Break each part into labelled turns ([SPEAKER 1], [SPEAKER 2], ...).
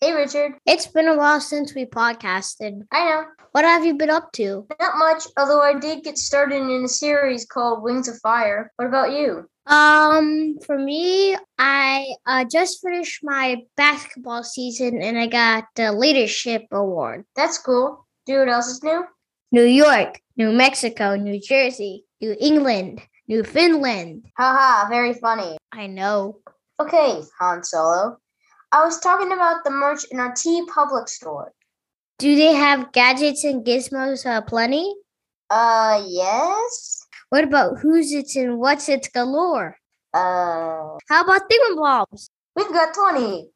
[SPEAKER 1] Hey, Richard.
[SPEAKER 2] It's been a while since we podcasted.
[SPEAKER 1] I know.
[SPEAKER 2] What have you been up to?
[SPEAKER 1] Not much, although I did get started in a series called Wings of Fire. What about you?
[SPEAKER 2] Um, for me, I uh, just finished my basketball season and I got the leadership award.
[SPEAKER 1] That's cool. Do you know what else is new?
[SPEAKER 2] New York, New Mexico, New Jersey, New England, New Finland.
[SPEAKER 1] Haha, very funny.
[SPEAKER 2] I know.
[SPEAKER 1] Okay, Han Solo. I was talking about the merch in our T Public store.
[SPEAKER 2] Do they have gadgets and gizmos uh, plenty?
[SPEAKER 1] Uh, yes?
[SPEAKER 2] What about who's it's and what's it's galore?
[SPEAKER 1] Uh,
[SPEAKER 2] How about thingamabobs?
[SPEAKER 1] we've got 20.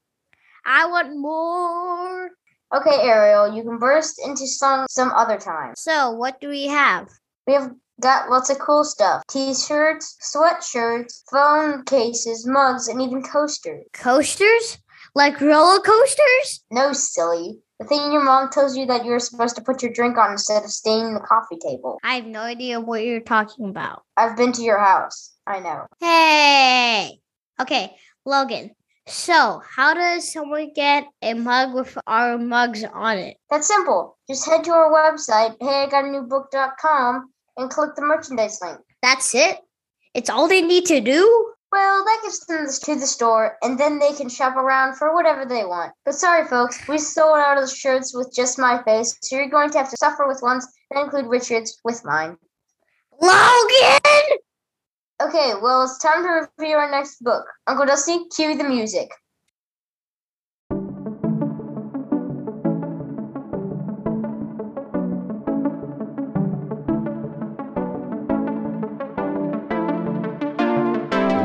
[SPEAKER 2] I want more.
[SPEAKER 1] Okay, Ariel, you can burst into song some other time.
[SPEAKER 2] So, what do we have?
[SPEAKER 1] We have got lots of cool stuff t shirts, sweatshirts, phone cases, mugs, and even coasters.
[SPEAKER 2] Coasters? Like roller coasters?
[SPEAKER 1] No, silly. The thing your mom tells you that you're supposed to put your drink on instead of staining the coffee table.
[SPEAKER 2] I have no idea what you're talking about.
[SPEAKER 1] I've been to your house. I know.
[SPEAKER 2] Hey. Okay, Logan. So, how does someone get a mug with our mugs on it?
[SPEAKER 1] That's simple. Just head to our website, heyigotanewbook.com, and click the merchandise link.
[SPEAKER 2] That's it? It's all they need to do?
[SPEAKER 1] Well, that gets them to the store, and then they can shop around for whatever they want. But sorry, folks, we sold out of the shirts with just my face, so you're going to have to suffer with ones that include Richard's with mine.
[SPEAKER 2] Logan!
[SPEAKER 1] Okay, well, it's time to review our next book. Uncle Dusty, cue the music.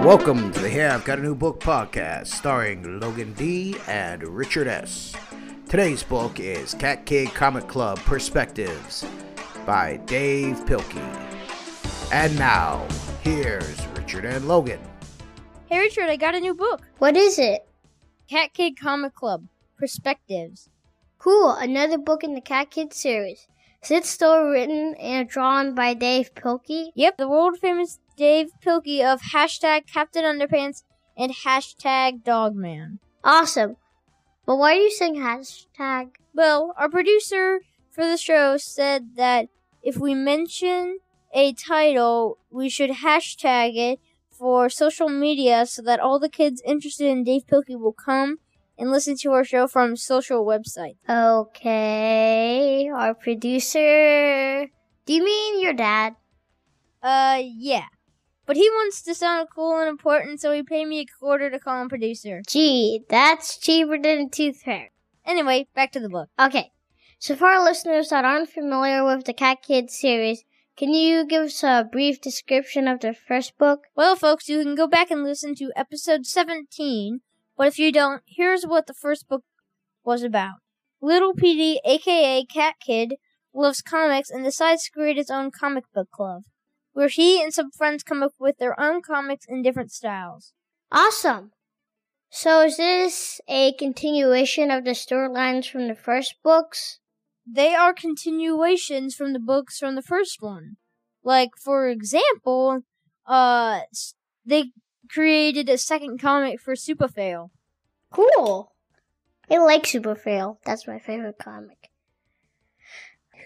[SPEAKER 3] Welcome to the Here I've Got a New Book podcast, starring Logan D and Richard S. Today's book is Cat Kid Comic Club Perspectives by Dave Pilkey. And now, here's Richard and Logan.
[SPEAKER 4] Hey Richard, I got a new book.
[SPEAKER 2] What is it?
[SPEAKER 4] Cat Kid Comic Club Perspectives.
[SPEAKER 2] Cool, another book in the Cat Kid series. Is it still written and drawn by Dave Pilkey?
[SPEAKER 4] Yep, the world famous Dave Pilkey of hashtag Captain Underpants and hashtag Dogman.
[SPEAKER 2] Awesome. But why are you saying hashtag?
[SPEAKER 4] Well, our producer for the show said that if we mention a title, we should hashtag it for social media so that all the kids interested in Dave Pilkey will come and listen to our show from social website.
[SPEAKER 2] Okay, our producer. Do you mean your dad?
[SPEAKER 4] Uh, yeah. But he wants to sound cool and important, so he paid me a quarter to call him producer.
[SPEAKER 2] Gee, that's cheaper than a tooth fairy.
[SPEAKER 4] Anyway, back to the book.
[SPEAKER 2] Okay, so for our listeners that aren't familiar with the Cat Kid series, can you give us a brief description of the first book?
[SPEAKER 4] Well, folks, you can go back and listen to episode 17, but if you don't, here's what the first book was about. Little PD, aka Cat Kid, loves comics and decides to create his own comic book club, where he and some friends come up with their own comics in different styles.
[SPEAKER 2] Awesome! So is this a continuation of the storylines from the first books?
[SPEAKER 4] They are continuations from the books from the first one. Like, for example, uh, s- they created a second comic for Superfail.
[SPEAKER 2] Cool! I like Superfail. That's my favorite comic.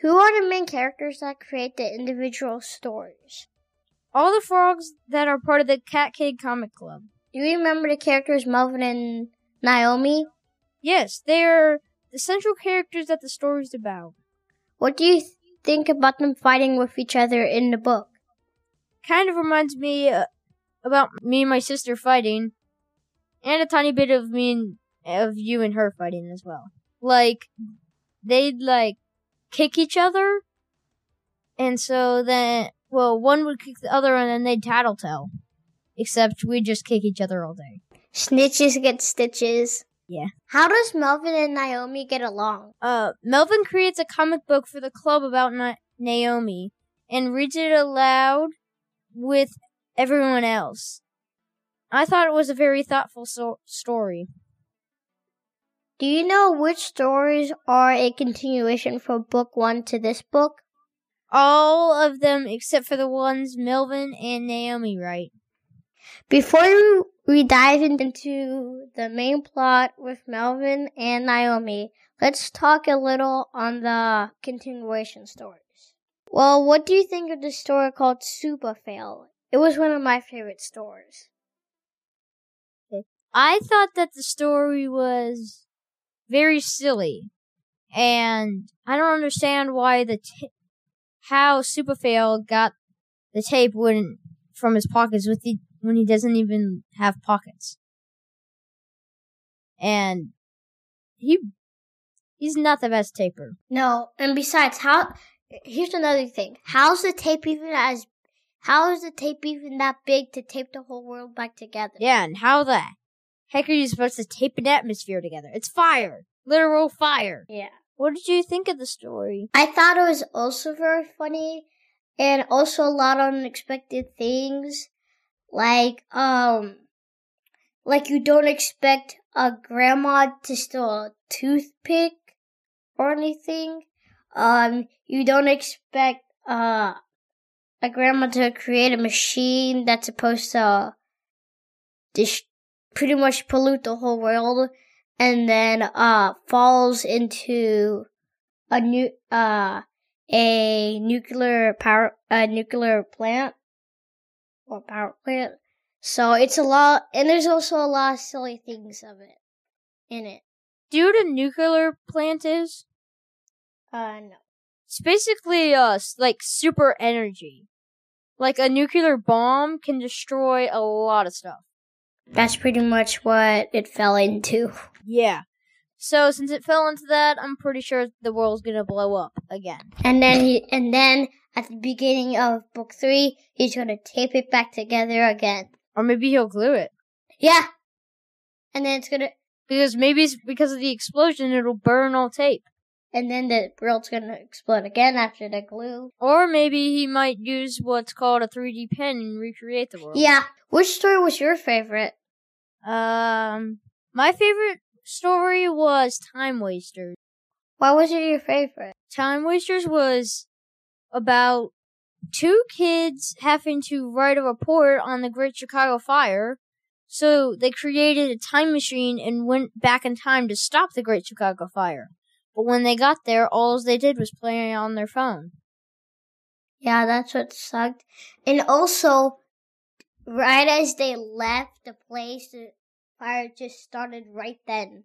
[SPEAKER 2] Who are the main characters that create the individual stories?
[SPEAKER 4] all the frogs that are part of the Cat Kid Comic Club.
[SPEAKER 2] Do you remember the characters Melvin and Naomi?
[SPEAKER 4] Yes, they are the central characters that the story's about.
[SPEAKER 2] What do you th- think about them fighting with each other in the book?
[SPEAKER 4] Kind of reminds me uh, about me and my sister fighting, and a tiny bit of me and of you and her fighting as well. Like they'd like kick each other, and so then well, one would kick the other, and then they'd tattletale. Except we just kick each other all day.
[SPEAKER 2] Snitches get stitches.
[SPEAKER 4] Yeah.
[SPEAKER 2] How does Melvin and Naomi get along?
[SPEAKER 4] uh, Melvin creates a comic book for the club about Na- Naomi and reads it aloud with everyone else. I thought it was a very thoughtful so- story.
[SPEAKER 2] Do you know which stories are a continuation from book one to this book?
[SPEAKER 4] All of them except for the ones Melvin and Naomi write.
[SPEAKER 2] Before we dive in- into the main plot with Melvin and Naomi, let's talk a little on the continuation stories. Well, what do you think of the story called Super Fail? It was one of my favorite stories.
[SPEAKER 4] I thought that the story was very silly, and I don't understand why the ta- how Superfail got the tape wouldn't from his pockets with the when he doesn't even have pockets, and he he's not the best taper.
[SPEAKER 2] No, and besides, how? Here's another thing. How's the tape even as? How is the tape even that big to tape the whole world back together?
[SPEAKER 4] Yeah, and how the heck are you supposed to tape an atmosphere together? It's fire, literal fire.
[SPEAKER 2] Yeah.
[SPEAKER 4] What did you think of the story?
[SPEAKER 2] I thought it was also very funny and also a lot of unexpected things. Like, um, like you don't expect a grandma to steal a toothpick or anything. Um, you don't expect, uh, a grandma to create a machine that's supposed to dis- pretty much pollute the whole world and then, uh, falls into a new uh a nuclear power a nuclear plant or power plant. So it's a lot, and there's also a lot of silly things of it in it.
[SPEAKER 4] Do you know what a nuclear plant is?
[SPEAKER 2] Uh, no.
[SPEAKER 4] It's basically uh s- like super energy. Like a nuclear bomb can destroy a lot of stuff.
[SPEAKER 2] That's pretty much what it fell into.
[SPEAKER 4] Yeah. So since it fell into that, I'm pretty sure the world's gonna blow up again.
[SPEAKER 2] And then he, and then at the beginning of book three, he's gonna tape it back together again.
[SPEAKER 4] Or maybe he'll glue it.
[SPEAKER 2] Yeah. And then it's gonna,
[SPEAKER 4] Because maybe it's because of the explosion it'll burn all tape.
[SPEAKER 2] and then the world's gonna explode again after the glue.
[SPEAKER 4] Or maybe he might use what's called a 3D pen and recreate the world.
[SPEAKER 2] Yeah. Which story was your favorite?
[SPEAKER 4] Um my favorite story was Time Wasters.
[SPEAKER 2] Why was it your favorite?
[SPEAKER 4] Time Wasters was about two kids having to write a report on the Great Chicago Fire. So they created a time machine and went back in time to stop the Great Chicago Fire. But when they got there, all they did was play on their phone.
[SPEAKER 2] Yeah, that's what sucked. And also, right as they left the place, the fire just started right then.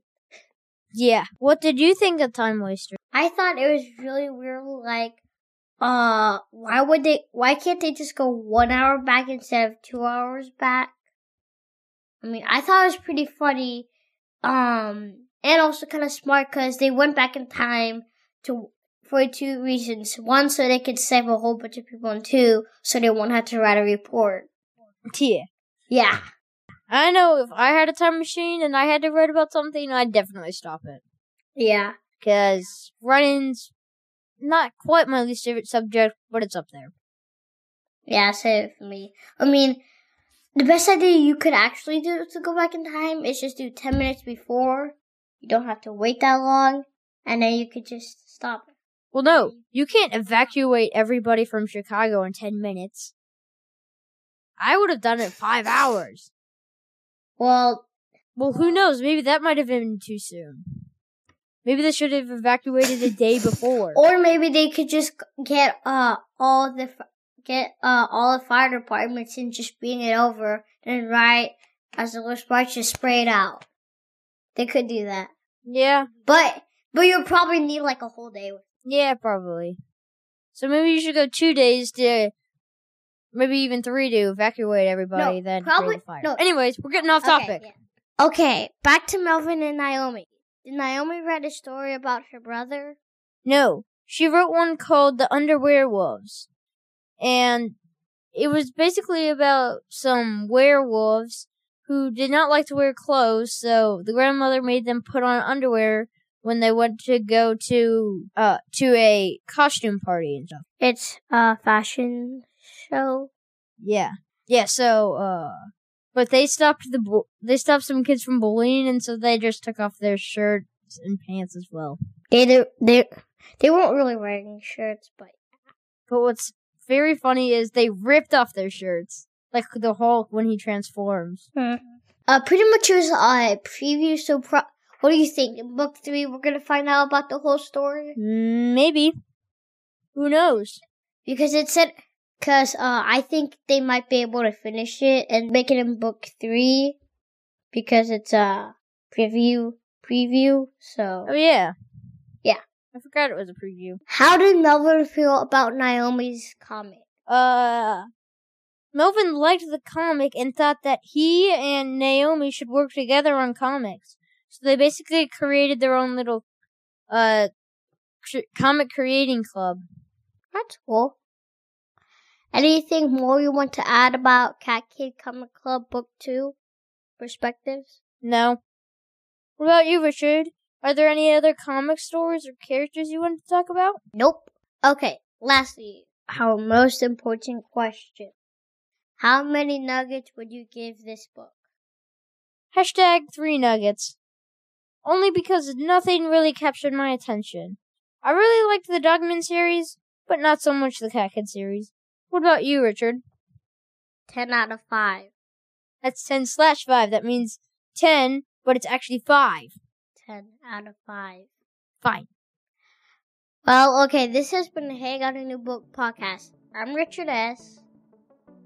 [SPEAKER 4] Yeah. What did you think of Time Waster?
[SPEAKER 2] I thought it was really weird, like, uh, why would they, why can't they just go one hour back instead of two hours back? I mean, I thought it was pretty funny, um, and also kind of smart because they went back in time to, for two reasons. One, so they could save a whole bunch of people, and two, so they won't have to write a report.
[SPEAKER 4] Tia.
[SPEAKER 2] Yeah.
[SPEAKER 4] I know if I had a time machine and I had to write about something, I'd definitely stop it.
[SPEAKER 2] Yeah.
[SPEAKER 4] Because writing's not quite my least favorite subject, but it's up there.
[SPEAKER 2] Yeah, same for me. I mean, the best idea you could actually do to go back in time is just do 10 minutes before. You don't have to wait that long. And then you could just stop.
[SPEAKER 4] Well, no, you can't evacuate everybody from Chicago in 10 minutes. I would have done it in five hours.
[SPEAKER 2] Well,
[SPEAKER 4] Well, who knows? Maybe that might have been too soon. Maybe they should have evacuated a day before.
[SPEAKER 2] or maybe they could just get, uh, all the, f- get, uh, all the fire departments and just being it over. And right as the little sparks just spray it out. They could do that.
[SPEAKER 4] yeah,
[SPEAKER 2] But, but you'll probably need like a whole day.
[SPEAKER 4] yeah, probably. So maybe you should go two days to, maybe even three to evacuate everybody.
[SPEAKER 2] No,
[SPEAKER 4] then
[SPEAKER 2] probably-
[SPEAKER 4] create a fire.
[SPEAKER 2] no.
[SPEAKER 4] Anyways, we're getting off topic.
[SPEAKER 2] Okay, yeah. Okay, back to Melvin and Naomi. Did Naomi write a story about her brother?
[SPEAKER 4] No, she wrote one called The Underwear Wolves. And it was basically about some werewolves who did not like to wear clothes, so the grandmother made them put on underwear when they went to go to uh to a costume party and stuff.
[SPEAKER 2] It's a fashion show.
[SPEAKER 4] Yeah. Yeah, so uh but they stopped the bu- they stopped some kids from bullying, and so they just took off their shirts and pants as well.
[SPEAKER 2] They they they, they weren't really wearing shirts, but
[SPEAKER 4] But what's very funny is they ripped off their shirts, like the Hulk when he transforms.
[SPEAKER 2] uh, pretty much it was a preview. So, pro- what do you think? In book three, we're gonna find out about the whole story
[SPEAKER 4] Mm, Maybe, who knows?
[SPEAKER 2] because it said because uh, I think they might be able to finish it and make it in book three because it's a preview preview. So,
[SPEAKER 4] Oh yeah,
[SPEAKER 2] Yeah.
[SPEAKER 4] I forgot it was a preview.
[SPEAKER 2] how did Melvin feel about Naomi's comment?
[SPEAKER 4] uh Melvin liked the comic and thought that he and Naomi should work together on comics. So they basically created their own little uh cr- comic creating club.
[SPEAKER 2] That's cool. Anything more you want to add about Cat Kid Comic Club Book Two? Perspectives.
[SPEAKER 4] No. What about you, Richard? Are there any other comic stories or characters you want to talk about?
[SPEAKER 2] Nope. Okay, lastly, our most important question. How many nuggets would you give this book?
[SPEAKER 4] Hashtag three nuggets. Only because nothing really captured my attention. I really liked the Dogman series, but not so much the Cat Kid series. What about you, Richard?
[SPEAKER 2] 10 out of 5.
[SPEAKER 4] That's 10 slash 5. That means 10, but it's actually 5.
[SPEAKER 2] 10 out of 5.
[SPEAKER 4] Fine.
[SPEAKER 2] Well, okay, this has been the Hey Got a New Book podcast. I'm Richard S.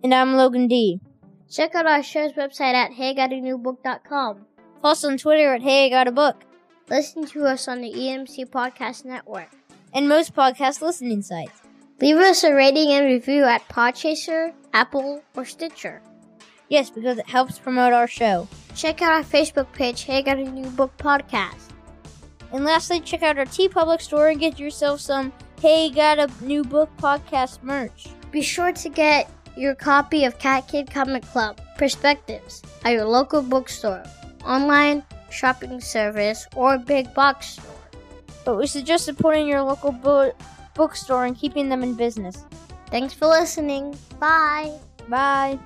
[SPEAKER 4] And I'm Logan D.
[SPEAKER 2] Check out our show's website at heygotanewbook.com.
[SPEAKER 4] Follow us on Twitter at Hey I Got a Book
[SPEAKER 2] Listen to us on the EMC Podcast Network.
[SPEAKER 4] and most podcast listening sites.
[SPEAKER 2] Leave us a rating and review at Podchaser, Apple, or Stitcher.
[SPEAKER 4] Yes, because it helps promote our show.
[SPEAKER 2] Check out our Facebook page, Hey Got a New Book Podcast.
[SPEAKER 4] And lastly, check out our T Public store and get yourself some Hey Got a New Book podcast merch.
[SPEAKER 2] Be sure to get your copy of Cat Kid Comic Club Perspectives at your local bookstore, online shopping service, or big box store.
[SPEAKER 4] But we suggest supporting your local bo- bookstore and keeping them in business.
[SPEAKER 2] Thanks for listening. Bye.
[SPEAKER 4] Bye.